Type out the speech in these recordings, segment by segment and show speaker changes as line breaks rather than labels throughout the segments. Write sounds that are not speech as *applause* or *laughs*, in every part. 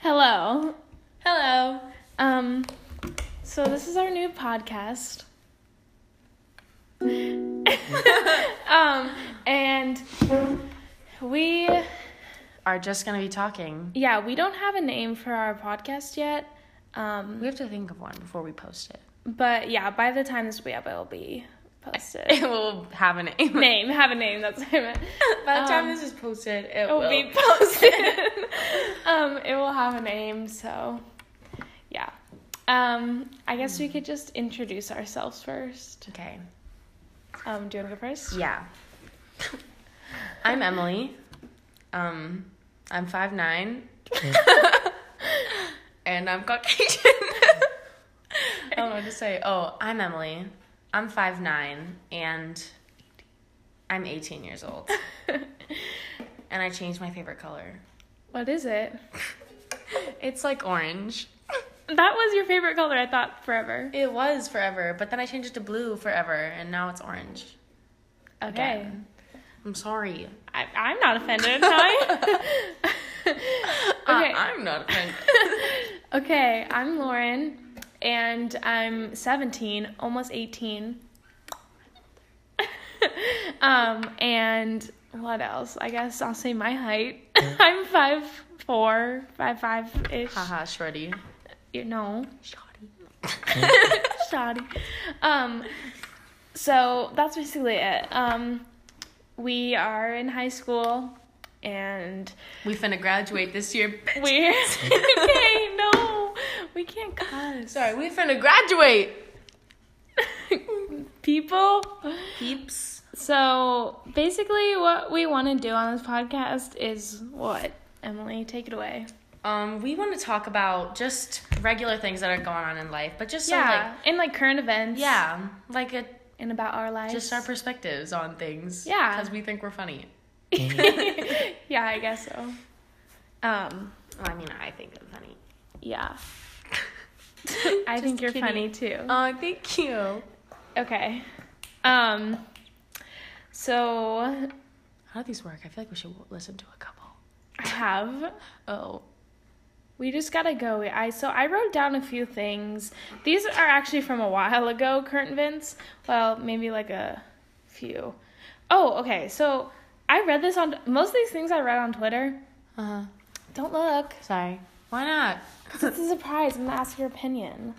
Hello.
Hello.
Um, so this is our new podcast. *laughs* um, and we,
Are just gonna be talking.
yeah, we don't have a name for our podcast yet.
We
Um,
have to think of one before we post *laughs* it.
but yeah, by the time this will be up, it'll be
*laughs*
posted.
It will have a name.
name, have a name. That's what I meant.
By the time
Um,
this is posted, it
It will be posted. *laughs* um, it will have a name, so yeah. Um, I guess we could just introduce ourselves first.
Okay.
Um, do you want to go first?
Yeah. I'm Emily. Um, I'm five nine, *laughs* and I'm Caucasian. *laughs* I don't know what to say. Oh, I'm Emily. I'm five nine, and I'm 18 years *laughs* old. and I changed my favorite color.
What is it?
It's like orange.
That was your favorite color, I thought, forever.
It was forever, but then I changed it to blue forever, and now it's orange.
Okay.
Again. I'm sorry.
I, I'm not offended, am I? *laughs*
I-
okay.
Uh, I'm not *laughs* offended.
okay, I'm Lauren, and I'm 17, almost 18. *laughs* um, and what else? I guess I'll say my height. *laughs* I'm five four, five five ish.
Haha, shreddy.
You know,
Shoddy.
*laughs* shoddy. Um, so that's basically it. Um, we are in high school, and
We finna graduate this year. bitch.
we're *laughs* okay. No, we can't cuss.
Sorry, we finna graduate.
*laughs* people.
Peeps.
So basically, what we want to do on this podcast is what? Emily, take it away.
Um, we want to talk about just regular things that are going on in life, but just so
yeah,
like
and like current events.
yeah, like a,
and about our lives. *laughs*
just our perspectives on things.
Yeah.
because we think we're funny.
yeah, I guess so. Um,
Well, I mean, I think I'm *laughs* funny.
yeah, I think you're funny too.
Oh, thank you.
Okay. Um. So
How do these work? I feel like we should listen to a couple.
I have
Oh.
We just gotta go. I so I wrote down a few things. These are actually from a while ago, current events. Well, maybe like a few. Oh, okay. So I read this on most of these things I read on Twitter.
Uh huh.
Don't look.
Sorry. Why not?
It's a surprise. I'm gonna ask your opinion.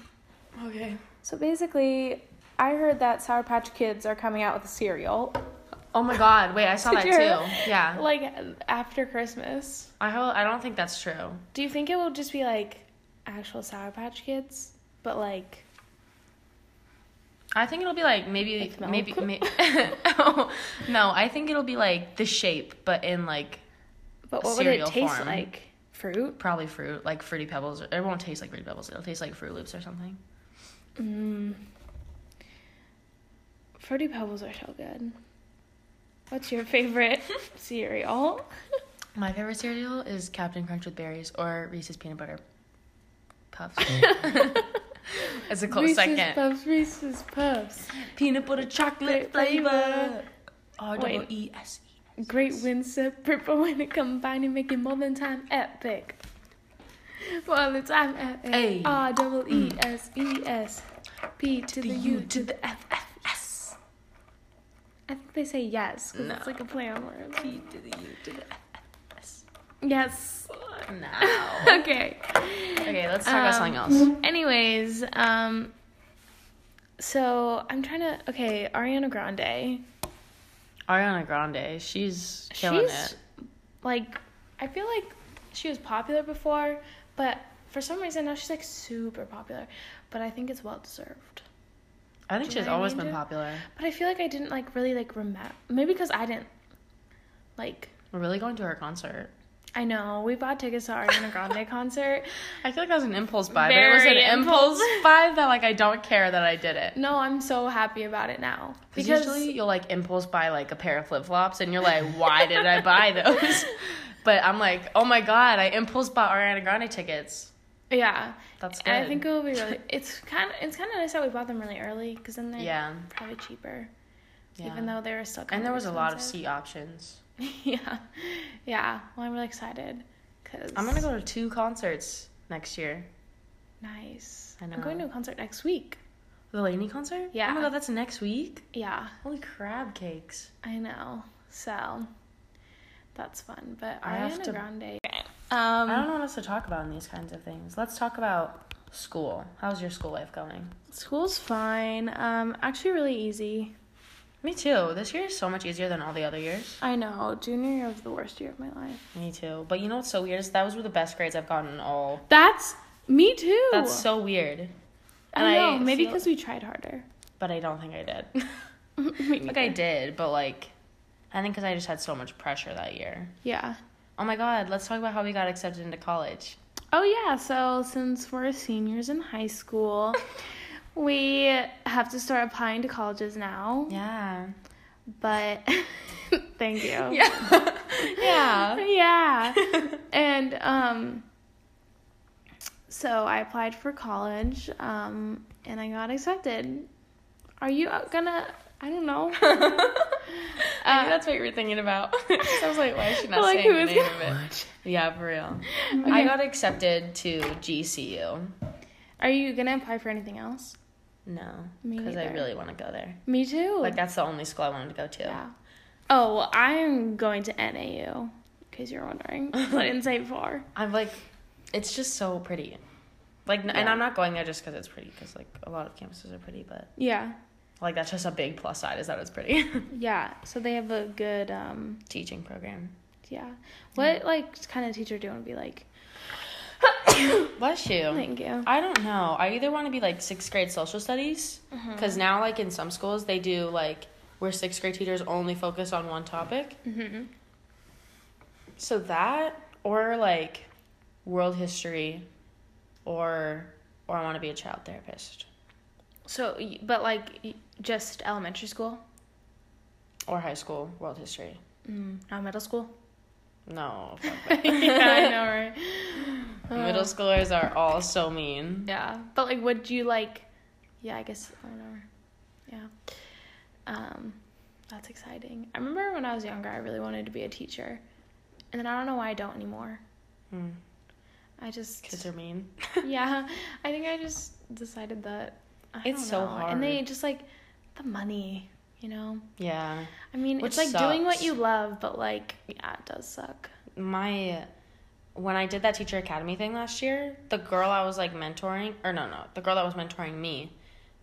Okay.
So basically, I heard that Sour Patch Kids are coming out with a cereal,
Oh my God! Wait,
*laughs*
I saw that
Did
too.
you hear
Yeah.
like after Christmas.
I ho- I don't think that's true.
Do you think it will just be like actual Sour Patch Kids, but like
I think it'll be like maybe
Like milk?
maybe
*laughs*
maybe. *laughs* no, I think it'll be like the shape, but in like
but
A
what would it
cereal
taste
form.
like? Fruit.
probably fruit, like fruity pebbles. It won't taste like fruity pebbles. It'll taste like Fruit Loops or something.
Mm. Fruity Pebbles are so good. What's your
*laughs*
favorite cereal?
My favorite cereal is Captain Crunch with berries or Reese's peanut butter
*laughs*
puffs. *laughs* it's a close
Reese's
second.
Puffs, Reese's Puffs.
Peanut butter chocolate flavor. R
Wait.
W E S E.
Great when separate, but when it *laughs* combined, you make it more than time epic. More than time epic.
Ay.
R double E S E S P to the, U to the.
F F S.
I think they say yes 'cause
No.
it's like a play on words.
P to the U to the F S.
Yes.
*laughs* No.
Okay.
okay, let's talk about something
Um,
else.
*laughs* Anyways, um, so I'm trying to. Okay, Ariana Grande.
Ariana Grande, she's killing
she's
it.
like, I feel like she was popular before, but for some reason now she's like super popular. But I think it's well deserved.
I think
do you
she's
know what I
always
mean,
been
dude?
popular.
But I feel like I didn't like really like remember. Maybe because I didn't. Like,
We're really going to her concert.
I know we bought tickets to Ariana
*laughs*
Grande concert.
I feel like that was an impulse buy, but it was an
Very
impulse buy that like I don't care that I did it.
No, I'm so happy about it now
Because usually you'll like impulse buy like a pair of flip flops and you're like, why did
*laughs*
I buy those? But I'm like, oh my god, I impulse bought Ariana Grande tickets.
yeah,
That's good.
And I think it will be
*laughs*
really. It's kind of it's kind of nice that we bought them really early because then they're
yeah,
probably cheaper,
yeah.
even though they were still. Kind
and there
of
was a lot
*laughs*
of
expensive.
seat options.
yeah, yeah. Well, I'm really excited Cause
I'm gonna go to two concerts next year.
Nice.
I
I'm going to
know.
a concert next week.
The Laney concert? Oh
Yeah.
my god, that's next week.
Yeah,
Holy crab cakes!
I know. So that's fun. But
I have
Ariana
to-
Grande.
I don't
Um,
know what else to talk about in these kinds of things. Let's talk about school. How's your school life going?
school's fine. Um, actually, really easy.
Me too. This year is so much easier than all the other years.
I know. Junior year was the worst year of my life.
Me too. But you know what's so weird is that was were the best grades I've gotten all.
That's me too.
That's so weird.
I know.
and I
maybe
feel-
because we tried
*laughs*
harder.
But I don't think I did. *laughs*
Me
like I
neither.
did, but like, I think because I just had so much pressure that year.
Yeah.
Oh my god, let's talk about how we got accepted into college.
Oh yeah. So since we're seniors in high
*laughs*
school, we have to start applying to colleges now.
Yeah.
But *laughs* thank you.
*laughs* Yeah.
*laughs*
yeah. *laughs*
yeah. and um so I applied for college um and I got accepted. Are you gonna I don't know.
*laughs*
Uh,
I think that's what you were thinking about. *laughs* I was like, why is she
*laughs*
not
Like,
saying
who
the
is
name of it? Yeah, for real. I got accepted to GCU.
Are you gonna apply for anything else?
No,
Me
because I
neither.
really want to go there.
Me too.
Like that's the only school I wanted to go to.
yeah. Oh, well, I'm going to NAU, in case you're *laughs* wondering. I didn't say far.
I'm like, it's just so pretty. Like, n and
Yeah.
I'm not going there just because it's pretty. Because like a lot of campuses are pretty, but
Yeah.
like that's just a big plus side is that it's pretty. *laughs*
Yeah. So they have a good um
Teaching program.
yeah. What like kind of teacher do you want to be like?
Bless you.
Thank you.
I don't know. I either want to be like sixth grade social studies,
Mm-hmm.
because now like in some schools they do like where sixth grade teachers only focus on one topic.
Mhm.
So that or like world history, or or I want to be a child therapist
So, y- but like y- just elementary school,
or high school world history.
mm, not middle school.
No,
*laughs* yeah, I know, right?
middle schoolers are all so mean.
yeah, but like, would you like? Yeah, I guess I don't know. Yeah, um, that's exciting. I remember when I was younger, I really wanted to be a teacher, and then I don't know why I don't anymore.
Hmm.
I
*laughs*
just
Kids are mean.
*laughs* yeah, I think I just decided that. I
It's
don't
so
know. and they
hard.
just like the money, you know.
Yeah.
I mean,
Which
it's like doing what
sucks.
you love, but like, yeah, it does suck.
my when I did that teacher academy thing last year, the girl I was like mentoring, or no, no, the girl that was mentoring me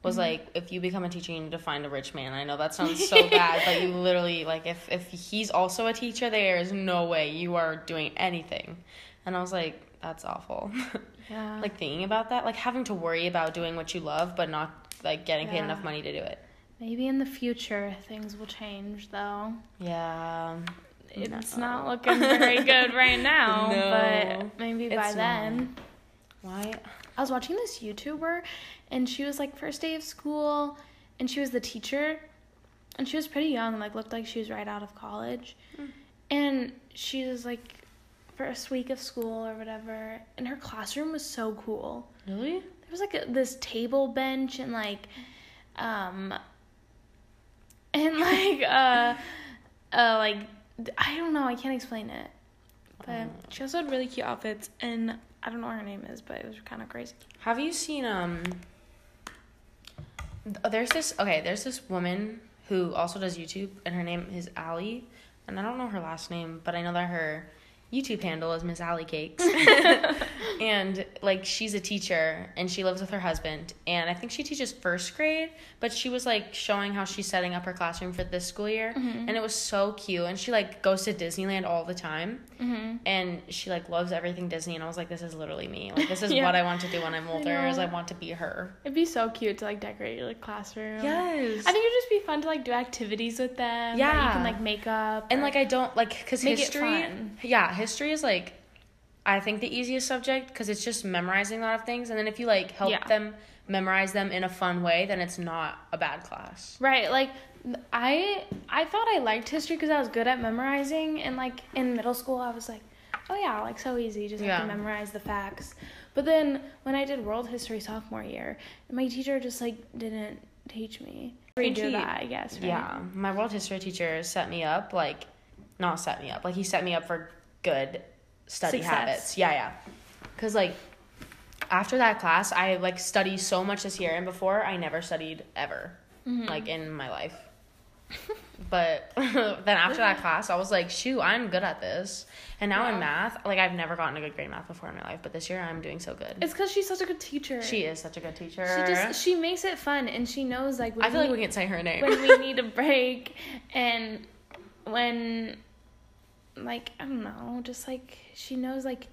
was like, if you become a teacher, you need to find a rich man. I know that sounds so bad, but you literally like, if if he's also a teacher, there is no way you are doing anything. And I was like, that's awful. *laughs*
Yeah.
like thinking about that, like having to worry about doing what you love, but not like getting paid
Yeah.
enough money to do it.
Maybe in the future things will change though.
Yeah,
It's
No.
not looking very good
*laughs*
right now,
No,
but maybe by
it's
then.
why?
I was watching this YouTuber and she was like first day of school and she was the teacher and she was pretty young, like looked like she was right out of college.
Hmm.
And she was like first week of school or whatever and her classroom was so cool.
Really?
there was like a, this table bench and like um and *laughs* like uh uh like i don't know i can't explain it but she also had really cute outfits and i don't know what her name is but it was kind of crazy
Have you seen um th- oh, there's this okay, there's this woman who also does YouTube and her name is Allie and I don't know her last name, but I know that her YouTube handle is Miss Allie Cakes. and like she's a teacher and she lives with her husband and I think she teaches first grade, but she was like showing how she's setting up her classroom for this school year and it was so cute and she like goes to Disneyland all the time
mm-hmm.
and she like loves everything Disney, and I was like, this is literally me. Like this
*laughs*
is
Yeah.
what I want to do when I'm older.
know.
is I want to be her.
it'd be so cute to like decorate your like classroom
Yes.
i think it'd just be fun to like do activities with them that you
Yeah.
can like make up
and
or-
like I don't like because
Make it
history.
fun.
Yeah, history is like, I think the easiest subject because it's just memorizing a lot of things, and then if you like help
Yeah.
them memorize them in a fun way, then it's not a bad class.
Right, like I I thought I liked history because I was good at memorizing and like in middle school I was like, oh yeah, like so easy, just have to
Yeah.
memorize the facts. But then when I did world history sophomore year, my teacher just like didn't teach me.
think
Redo
he-
that, I guess. Right?
Yeah, my world history teacher set me up like, not set me up. Like he set me up for good study
Success.
habits. Yeah, yeah. Cuz like after that class, I like study so much this year and before I never studied ever
Mm-hmm.
like in my life. *laughs* but *laughs* then after that class, I was like, "Shoot, I'm good at this." And now
Yeah.
in math, like I've never gotten a good grade in math before in my life, but this year I'm doing so good.
It's because she's such a good teacher.
she is such a good teacher.
she just she makes it fun, and she knows like when
I feel
*laughs*
like
we-
we can say her name.
when we need a break and when like i don't know just like she knows like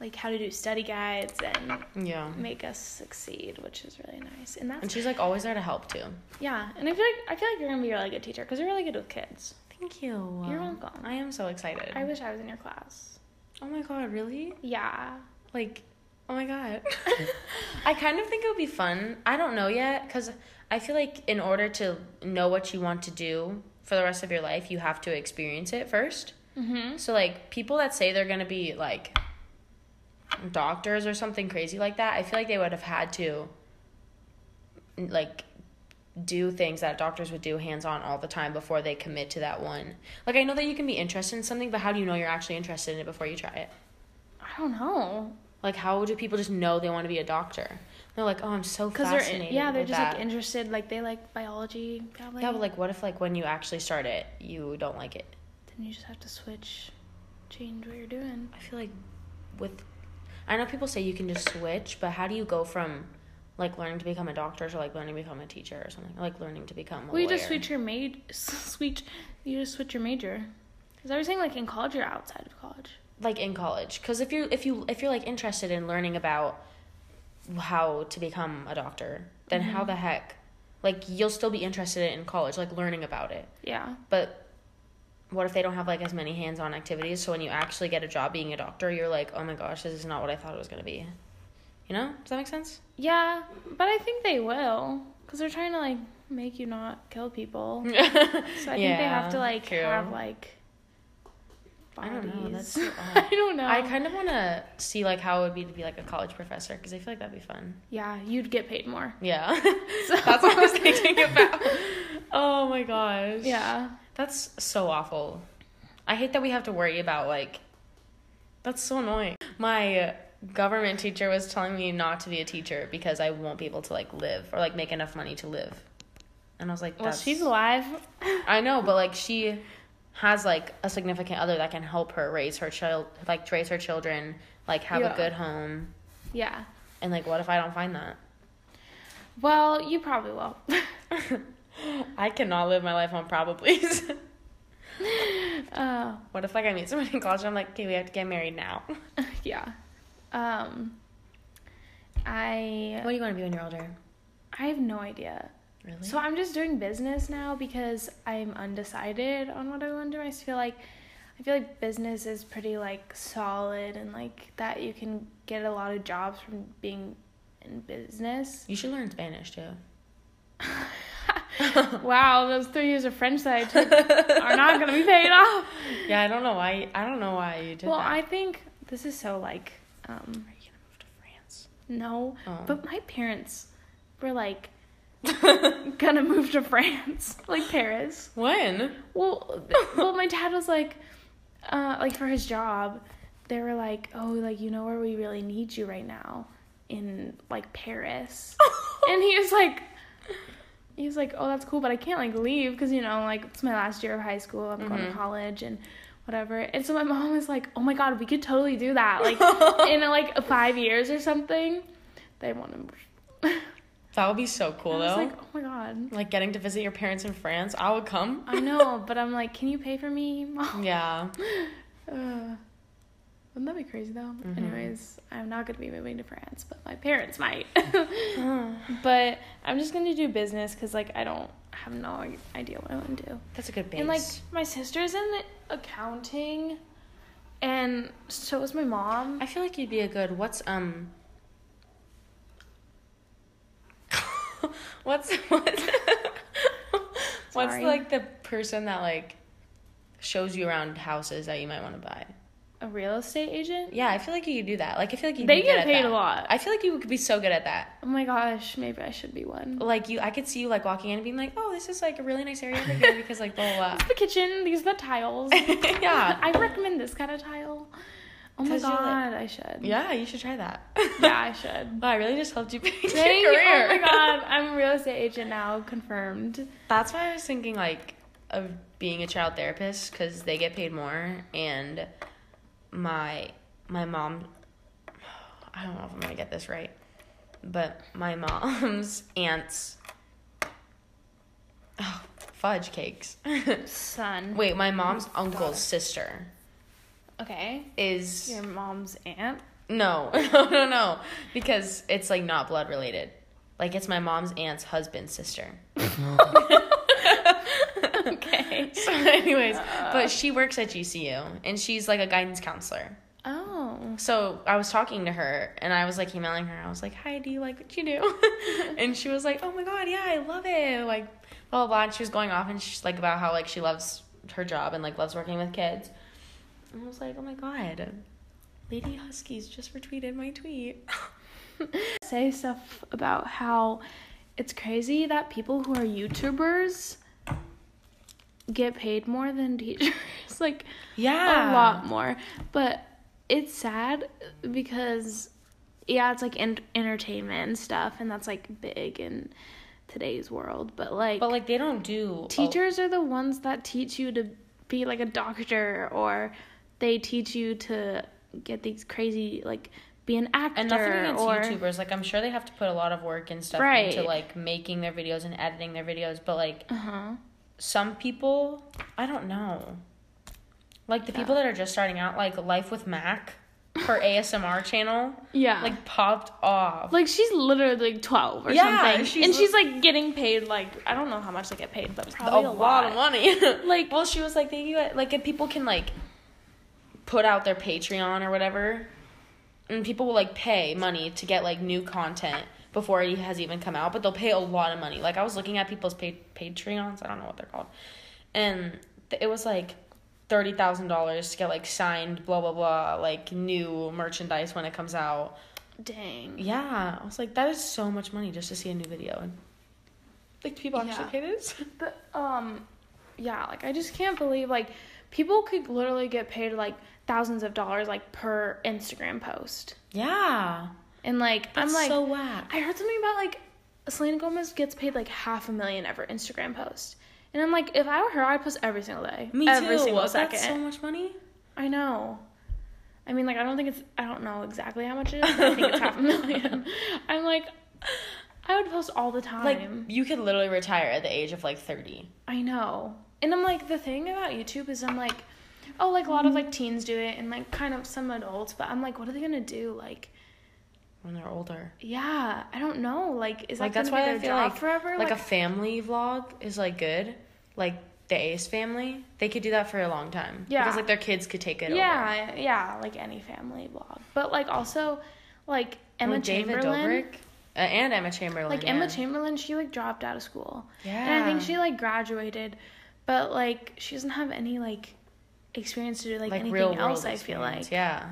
like how to do study guides and
yeah.
make us succeed which is really nice and
And
that's
she's like always there to help too.
yeah and i feel like i feel like you're gonna be a really good teacher because you're really good with kids
Thank you.
You're welcome.
I am so excited.
i wish i was in your class
oh my god, really? *laughs*
yeah
Like, oh my god. *laughs* I kind of think it would be fun. I don't know yet because I feel like in order to know what you want to do for the rest of your life, you have to experience it first.
mm-hmm
So like people that say they're gonna be like doctors or something crazy like that, I feel like they would have had to like do things that doctors would do hands on all the time before they commit to that one. Like I know that you can be interested in something, but how do you know you're actually interested in it before you try it?
i don't know
Like how do people just know they want to be a doctor? They're like, oh, I'm so
because they're
fascinated.
in, yeah they're
with
just
that.
like interested like they like biology probably
yeah, but like, what if like when you actually start it, you don't like it?
then you just have to switch change what you're doing
I feel like with I know people say you can just switch, but how do you go from like learning to become a doctor to like learning to become a teacher or something? Or, like learning to become a
Well, you just
lawyer?
switch your major. Switch. You just switch your major. Because I was saying, like in college, you're outside of college.
like in college because if you if you if you're like interested in learning about how to become a doctor, then how
Mm-hmm.
the heck like you'll still be interested in college, like learning about it.
Yeah.
But what if they don't have like as many hands-on activities? So when you actually get a job being a doctor, you're like, oh my gosh, this is not what I thought it was gonna be. You know? Does that make sense?
Yeah, but I think they will, because they're trying to like make you not kill
*laughs*
people.
so
So I think they have to like have like.
I don't
*laughs*
know, that's
bodies.
so odd.
I don't know.
I kind of want to see like how it would be to be like a college professor because I feel like that'd be fun.
yeah, you'd get paid more.
Yeah, *laughs* that's what
*laughs*
I was thinking about. Oh my gosh.
Yeah.
that's so awful. I hate that we have to worry about like. That's so annoying. My government teacher was telling me not to be a teacher because I won't be able to like live or like make enough money to live, and I was like,
Well,
that's-
she's alive.
I know, but like she has like a significant other that can help her raise her child, like raise her children, like have
Yeah.
a good home,
Yeah.
and like what if I don't find that?
Well, you probably will. *laughs*
I cannot live my life on probably.
uh,
*laughs* what if like I meet somebody in college and I'm like, okay, we have to get married now.
*laughs* yeah. Um. I
What do you want to be when you're older?
I have no idea.
Really?
So I'm just doing business now because I'm undecided on what I want to do. I just feel like I feel like business is pretty like solid and like that you can get a lot of jobs from being in business.
*laughs* you should learn Spanish too.
wow, those three years of French that I
*laughs*
took are not gonna be paid off.
Yeah, I don't know why. I don't know why you did
Well,
that.
I think this is so like um
Are you gonna move to France?
no,
Oh.
but my parents were like gonna move to France, *laughs* like Paris.
*laughs* when? *laughs*
Well, th- well, my dad was like, uh, like for his job, they were like, oh, like you know where we really need you right now, in like Paris, and he was like, he was like, oh, that's cool, but I can't like leave because you know like it's my last year of high school, I'm going to
Mhm.
college and whatever, and so my mom was like, oh my god, we could totally do that, like in like five years or something, they want to. move.
that would be so cool
I was
though.
like, oh my god,
like getting to visit your parents in France, I would come.
I know, but I'm like, can you pay for me,
*laughs*
mom?
Yeah.
Uh, wouldn't that be crazy though?
Mm-hmm.
Anyways, I'm not gonna be moving to France, but my parents might. *laughs* but I'm just gonna do business because like I don't I have no idea what I want to do.
*gasps* That's a good base.
And like my sister's in accounting, and so is my mom.
I feel like you'd be a good what's um *laughs* what's *laughs* what what's
Sorry.
like the person that like shows you around houses that you might want to buy.
A real estate agent.
Yeah, I feel like you could do that. Like I feel like you
They get
get
paid a lot.
I feel like you could be so good at that.
Oh my gosh, maybe I should be one.
Like you I could see you like walking in and being like, "Oh, this is like a really nice area over
*laughs*
here because like blah blah." *laughs*
It's the kitchen. These are the tiles.
blah." yeah.
I recommend this kind of tile. Oh my
'Cause you're like-
god, I should.
Yeah, you should try that.
Yeah, I should.
*laughs* Wow, I really just helped you pick your
*laughs* Dang,
career.
Oh
*laughs*
my god, I'm a real estate agent now, confirmed.
That's why I was thinking like of being a child therapist because they get paid more, and my my mom. I don't know if I'm gonna get this right, but my *laughs* mom's aunts. Oh, fudge cakes. *laughs*
Son.
Wait, my mom's uncle's sister
Okay.
is
Your mom's
*laughs*
aunt. *laughs*
no, no, no, no, because it's like not blood related. Like it's my mom's aunt's husband's sister. *laughs*
Okay.
So, anyways, but she works at GCU and she's like a guidance counselor.
Oh.
So I was talking to her and I was like emailing her. I was like, "Hi, do you like what you do?" *laughs* and she was like, "Oh my god, yeah, I love it." Like blah blah blah. And she was going off and she's like about how like she loves her job and like loves working with kids. And I was like, "Oh my god, Lady Huskies just retweeted my tweet." *laughs*
Say stuff about how it's crazy that people who are YouTubers get paid more than teachers. *laughs* like
yeah,
a lot more. But it's sad because yeah, it's like en- entertainment and stuff, and that's like big in today's world. But like,
But like they don't do
teachers are the ones that teach you to be like a doctor, or they teach you to get these crazy like be an actor
And nothing against
or
YouTubers. Like I'm sure they have to put a lot of work and stuff
Right.
into like making their videos and editing their videos, but like
uh-huh.
some people, I don't know. Like the people that are just starting out, like Life with Mac, her ASMR channel,
yeah. Like
like popped off.
like she's literally like twelve or
Yeah,
something,
she's
and
li-
she's like getting paid like I don't know how much they get paid, but
a,
probably a,
lot. of money. *laughs*
Like-
well, she was like, "Thank you." Like, if people can like put out their Patreon or whatever, and people will like pay money to get like new content before it has even come out, but they'll pay a lot of money. Like, I was looking at people's pa- Patreons. I don't know what they're called, and th- it was like. Thirty thousand dollars to get like signed, blah blah blah, like new merchandise when it comes out.
Dang.
Yeah, I was like, that is so much money just to see a new video, and like people actually
Yeah.
pay this. *laughs*
But um, yeah, like I just can't believe like people could literally get paid like thousands of dollars like per Instagram post,
Yeah,
and like I'm like
whack.
I heard something about like Selena Gomez gets paid like half a million ever Instagram post, and I'm like if I were her I'd post every single day,
Me
every
too.
single
That's
second.
so much money.
I know. I mean, like I don't think it's I don't know exactly how much it is. But I
*laughs*
think it's half a million. I'm like. I would post all the time.
Like you could literally retire at the age of like thirty.
I know. And I'm like, the thing about YouTube is I'm like, oh, like a lot of like teens do it and like kind of some adults, but I'm like, what are they gonna do? Like,
When they're older,
yeah, I don't know. Like, is that
like that's
gonna
why
be
I
their
feel
job
like
forever?
like a family vlog is like good. Like the Ace family, they could do that for a long time.
Yeah.
because like their kids could take it. over.
yeah, yeah, like any family vlog, but like also like Emma
Like, David
Chamberlain.
Dobrik uh, and Emma Chamberlain.
Like
yeah.
Emma Chamberlain, she like dropped out of school.
Yeah,
And I think she like graduated, but like she doesn't have any like experience to do like, anything
real-world
else. I feel
experience,
like
yeah.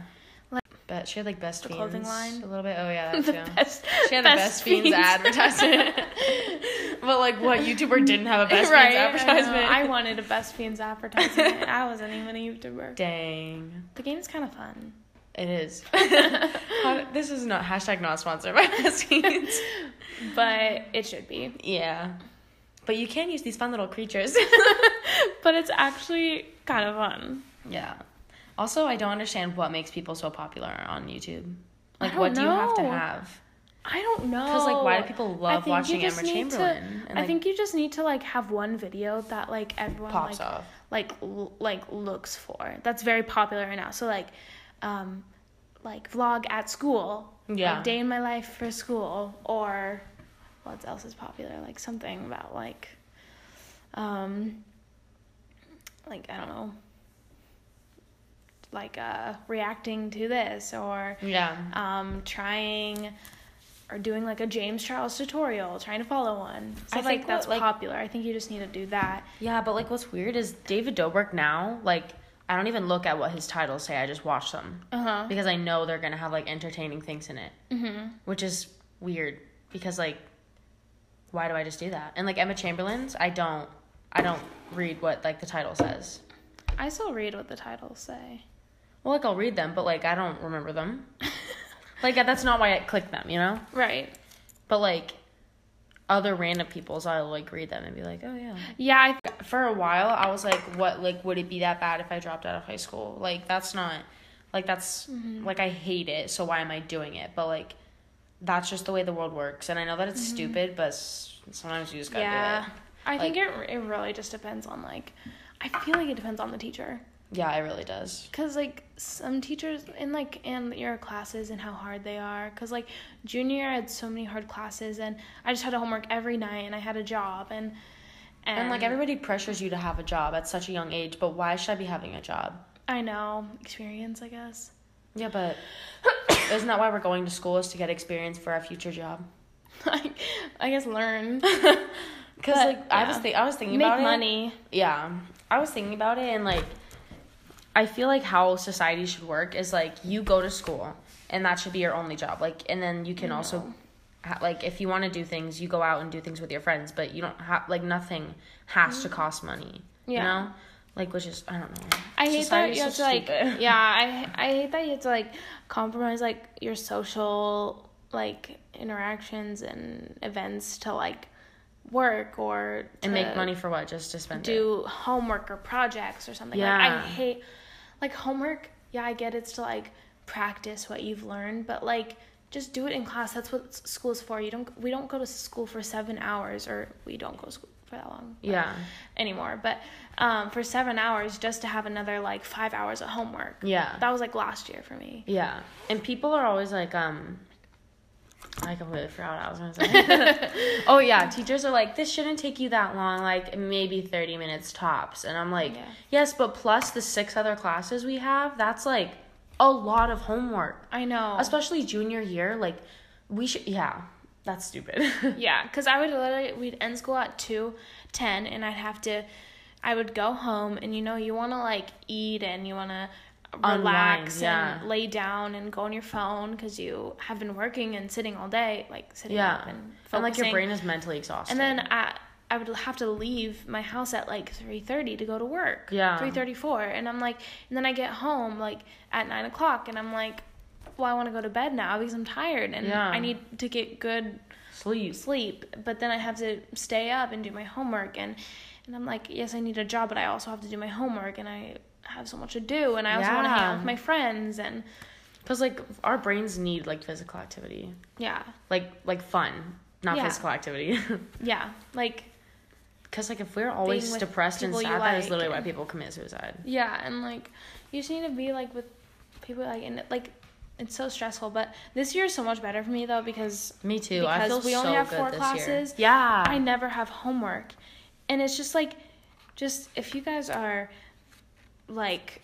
Like-
But she had like best
The clothing
Fiends
line.
a little bit.
*laughs*
Oh yeah,
*laughs*
that
the
too.
best.
She had a Best Fiends
*laughs*
advertisement. *laughs* but like, what YouTuber didn't have a Best Fiends
I know.
advertisement?
I, wanted a Best Fiends advertisement. I wasn't even a YouTuber.
Dang,
The game's kind of fun.
it is. *laughs* How- this is not hashtag not sponsored by Best Fiends.
But it should be.
*laughs* yeah, but you can use these fun little creatures.
But it's actually kind of fun.
*laughs* yeah. Also, I don't understand what makes people so popular on YouTube.
I
Like,
don't
what do you have to
know.
have?
I don't know.
Because like, why do people love watching Emma Chamberlain?
I think you just need to like have one video that like everyone
pops
like,
off.
like l- like looks for. That's very popular right now. So like um like vlog at school.
Yeah.
Like day in my life for school or what else is popular? Like something about like um like I don't know. Like uh reacting to this or
Yeah.
um trying or doing like a James Charles tutorial, trying to follow one. So
I
like
think what,
that's
like-
popular. I think you just need to do that.
Yeah, but like what's weird is David Dobrik now, like I don't even look at what his titles say. I just watch them
Uh-huh.
because I know they're going to have like entertaining things in it,
Mhm.
which is weird because like why do I just do that? And like Emma Chamberlain's, I don't I don't read what like the title says.
I still read what the titles say. *laughs*
Well, like I'll read them, but like I don't remember them. like that's not why I click them, you know.
Right.
But like other random people's, I'll like read them and be like, oh yeah.
Yeah, I th-
For a while, I was like, what? Like, would it be that bad if I dropped out of high school? Like that's not. Like that's
Mm-hmm.
like I hate it, so why am I doing it? But like, that's just the way the world works, and I know that it's stupid, but s- sometimes you just gotta
Mm-hmm. yeah.
do
I think it it really just depends on like I feel like it depends on the teacher.
it. Yeah, it really does.
Cause like some teachers in like in your classes and how hard they are. Cause like junior, year, I had so many hard classes and I just had homework every night and I had a job and and,
And like everybody pressures you to have a job at such a young age, but why should I be having a job?
I know experience, I guess. *laughs*
Yeah, but *coughs* isn't that why we're going to school is to get experience for our future job?
Like I guess learn,
Because
But,
like I was
yeah.
think I was thinking
make
about
money.
it. Yeah, I was thinking about it, and like I feel like how society should work is like you go to school, and that should be your only job. Like, and then you can also ha- like if you want to do things, you go out and do things with your friends, but you don't have like nothing has to cost money.
Mm-hmm. Yeah.
You know, like which is I don't know.
I hate that
Society's
you have to
so
like
stupid. *laughs*
yeah, I I hate that you have to like compromise like your social like interactions and events to like work or to
and make money for what? Just to spend it.
do homework or projects or something. Like I
Yeah.
hate like homework, yeah, I get it's to like practice what you've learned, but like just do it in class. That's what s- school's for. You don't we don't go to school for 7 hours or we don't go to school for that long
Yeah.
anymore, but um, for seven hours just to have another like five hours of homework.
Yeah.
That was like last year for me.
Yeah. And people are always like, um, I completely forgot what I was going to
*laughs*
say. oh, yeah. Teachers are like, this shouldn't take you that long, like maybe 30 minutes tops. And I'm like,
Yeah.
yes, but plus the six other classes we have, that's like a lot of homework,
I know.
especially junior year. Like, we should, yeah, that's stupid. *laughs*
Yeah, because I would literally we'd end school at two ten, and I'd have to, I would go home, and you know you want to like eat and you want to relax
Unwind,
and lay down and go on your phone because you have been working and sitting all day, like sitting up
yeah.
and focusing.
And like your brain is mentally exhausted.
And then I I would have to leave my house at like three thirty to go to work.
Yeah.
Three thirty four. And I'm like and then I get home like at nine o'clock and I'm like, Well, I wanna go to bed now because I'm tired and
Yeah.
I need to get good
sleep.
sleep, but then I have to stay up and do my homework and and I'm like, Yes, I need a job but I also have to do my homework and I have so much to do and I also wanna hang out
Yeah.
with my friends and
Because like our brains need like physical activity,
yeah.
like like fun, not
Yeah.
physical activity. *laughs*
Yeah. Like
Because like if we're always
Being with
depressed and
people
sad,
you
that is
like
literally why
and-
people commit suicide.
Yeah, and like you just need to be like with people like and like it's so stressful. But this year is so much better for me though because
Me too. I
Because
feel
we only
so
have
good
four
this
classes.
year. Yeah.
I never have homework, and it's just like, just if you guys are like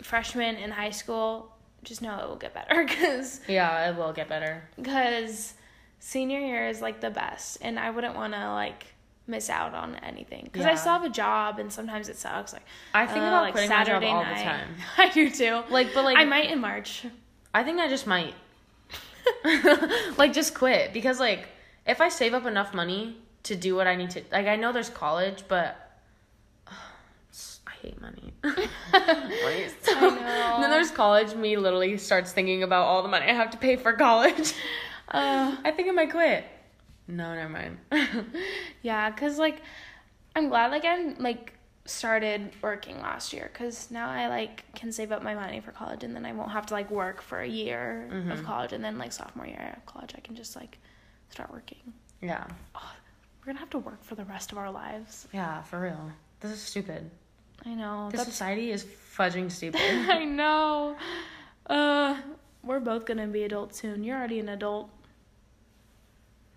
freshmen in high school, just know it will get better *laughs* because
yeah, it will get better.
because senior year is like the best, and I wouldn't want to like miss out on anything because I
Yeah.
still have a job and sometimes it sucks like
I think
uh,
about
like
quitting
Saturday
my job all
night.
the time.
*laughs* I do too
Like, but like,
I might in March.
I think I just might, *laughs* like, just quit because like, if I save up enough money to do what I need to, like, I know there's college, but *sighs* I
*laughs*
hate money. *laughs* Money is-
I know.
then there's college. Me literally starts thinking about all the money I have to pay for college.
*sighs* Uh,
I think I might quit. No, never mind. *laughs*
yeah, cause like I'm glad like I'm like started working last year because now I like can save up my money for college and then I won't have to like work for a year
Mm-hmm.
of college and then like sophomore year of college I can just like start working.
Yeah.
Oh, we're gonna have to work for the rest of our lives.
Yeah, for real. This is stupid.
I know.
This society is fudging *laughs* stupid.
that's- *laughs* I know. Uh, we're both gonna be adults soon. You're already an adult.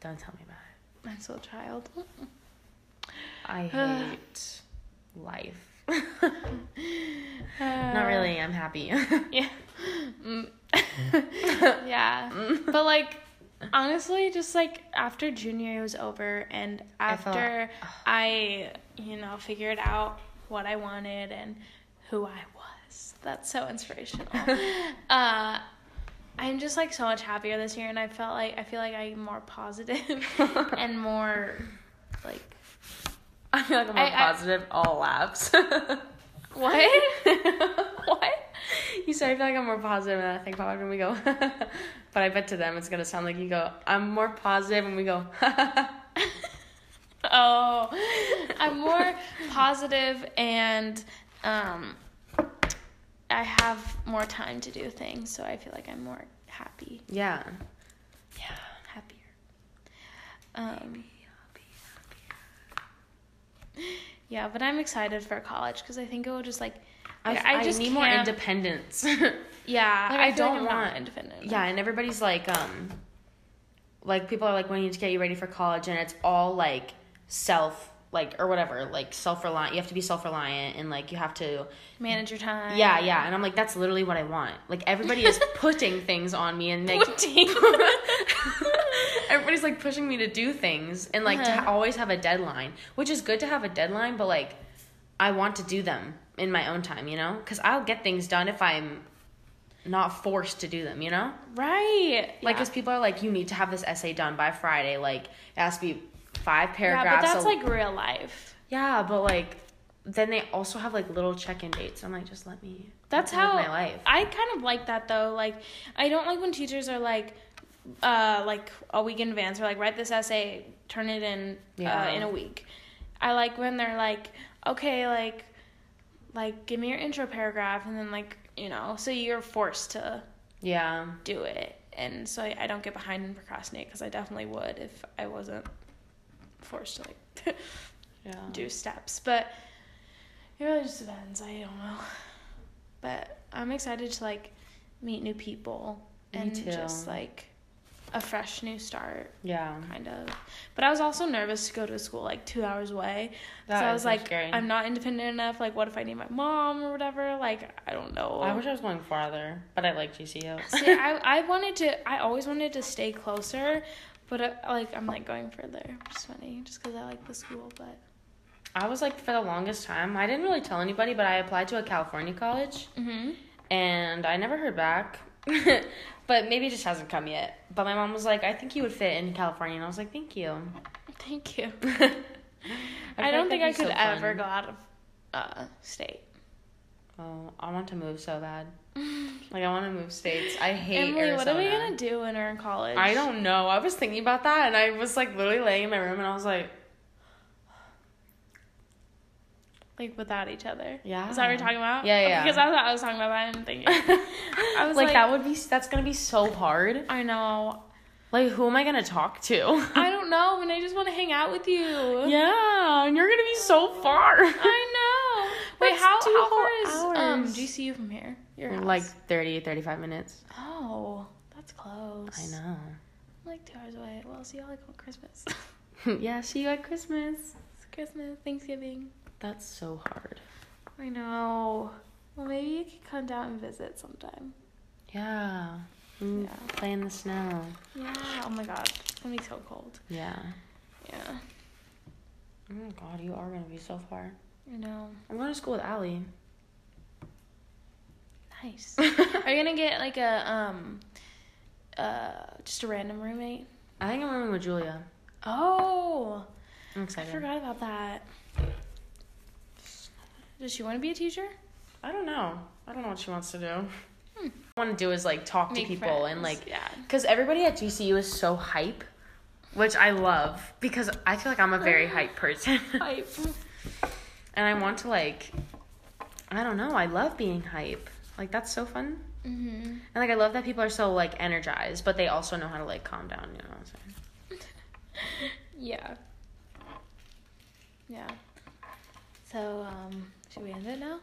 Don't tell me about
I'm still a child.
*sighs* it. I hate life. Not really. I'm happy. *laughs*
Yeah. Mm. *laughs*
Mm.
yeah. but like honestly just like after junior year was over and
I felt-
after I, you know, figured out what I wanted and who I was. That's so
*laughs*
inspirational. uh I'm just like so much happier this year and I felt like I feel like I'm more
*laughs*
positive *laughs* and more like
I feel like I'm
I- I-
*laughs*
*laughs*
all laps.
what? what?
You said I feel like I'm more positive and I think about it and we go, *laughs* but I bet to them it's gonna sound like you go, I'm more positive and we go, *laughs*
Oh, I'm more positive and um, I have more time to do things, so I feel like I'm more happy.
yeah.
Yeah, happier. Um, yeah, but I'm excited for college because I think it will just like
I,
like,
I, just need more
can't-
independence. *laughs*
Yeah,
Like,
I,
I feel like
don't
I'm
want
not-
independent.
yeah, and everybody's like, um, like people are like, we need to get you ready for college, and it's all like self, like or whatever, like self reliant. You have to be self reliant, and like you have to
manage your time. *laughs*
Yeah, yeah. And I'm like, that's literally what I want. Like everybody *laughs* is putting things on me and like
Putting.
*laughs* everybody's like pushing me to do things and like to
Uh-huh.
always have a deadline, which is good to have a deadline, but like I want to do them in my own time, you know? Cuz I'll get things done if I'm not forced to do them, you know?
*laughs* right.
Like
yeah.
cuz people are like you need to have this essay done by Friday, like it has to be five
yeah,
paragraphs.
but that's
so-
like real life.
Yeah, but like then they also have like little check-in dates. I'm like just let me
That's
live
how
my life.
I kind of like that though. Like I don't like when teachers are like uh like a week in advance or like write this essay, turn it in
Yeah.
uh, in a week. I like when they're like, okay, like like give me your intro paragraph and then like, you know, so you're forced to
Yeah.
do it. And so I I don't get behind and procrastinate because I definitely would if I wasn't forced to like
Yeah.
do steps. But it really just depends. I don't know. But I'm excited to like meet new people
Me
and
too.
just like a fresh new start,
Yeah.
kind of. But I was also nervous to go to school like two hours away. so I was like, I'm not independent enough. Like, what if I need my mom or whatever? Like, I don't know.
I wish I was going farther, but I like GCU.
*laughs* See, I, I wanted to, I always wanted to stay closer, but uh, like, I'm like going further. It's funny just because I like the school, but.
I was like, for the longest time, I didn't really tell anybody, but I applied to a California college
Mm-hmm.
and I never heard back. *laughs* but maybe it just hasn't come yet. But my mom was like, I think you would fit in California. And I was like, thank you.
*laughs* Thank you.
I,
I,
feel
don't
like that'd
think
be
I could
so fun.
ever go out of uh, state.
Oh, I want to move
*laughs*
so bad. Like, I want to move states. I hate
Emily,
Arizona.
what are we gonna do when we're in college?
I don't know. I was thinking about that, and I was like literally laying in my room, and I was like,
like without each other.
Yeah.
Is that what you're
*laughs*
talking about?
Yeah, yeah.
Because that's what I was talking about. But I didn't think.
*laughs*
It.
I
was
was like,
like-
that would be that's gonna be so hard.
I know.
Like, who am I gonna talk to?
I don't know. And I just want to hang out with you.
*laughs* yeah, and you're gonna be so far. *laughs*
I know. Wait,
That's
how,
two
how
whole
far is um,
hours.
GCU from here? Your house?
Like 30, 35 minutes.
Oh, that's close.
I
I'm
know. *laughs*
like two hours away. Well, see y'all like on Christmas. *laughs*
yeah, see you at Christmas.
it's Christmas, Thanksgiving.
That's so hard.
I know. Well, maybe you could come down and visit sometime.
Yeah. Mm,
Yeah.
Play in the snow.
Yeah. Oh my God, it's gonna be so cold.
Yeah.
Yeah.
Oh my god, you are gonna be so far.
I know.
I'm going to school with *laughs* Allie.
*laughs* Nice. Are you gonna get like a um, uh, just a random roommate?
I think I'm rooming with Julia.
Oh,
I'm
I
excited.
forgot about that. Does she want to be a teacher?
I don't know. I don't know what she wants to do.
Hmm.
What I want to do is like talk to
Make
people and
friends,
like
yeah.
because everybody at GCU is so hype, which I love because I feel like I'm a *laughs* very hype person,
*laughs* Hype.
*laughs* and I want to like, I don't know. I love being hype. Like that's so fun,
Mhm.
and like I love that people are so like energized, but they also know how to like calm down. You know what I'm saying?
Yeah. Yeah. So um, should we end it now?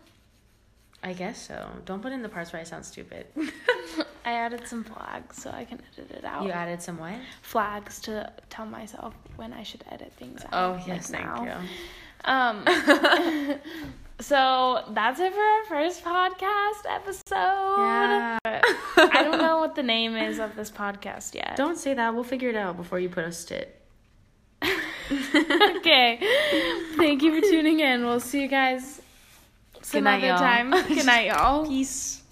I guess so. Don't put in the parts where I sound stupid. *laughs*
I added some flags so I can edit it out.
you added some what?
flags to tell myself when I should edit things out.
Oh
like
yes,
now.
thank you. *laughs*
Um, so that's it for our first podcast episode.
Yeah.
I don't know what the name is of this podcast yet.
Don't say that. We'll figure it out before you put us tit.
*laughs* okay. Thank you for tuning in. We'll see you guys some
Good night,
other
y'all. *laughs*
time. Good night, y'all.
Peace.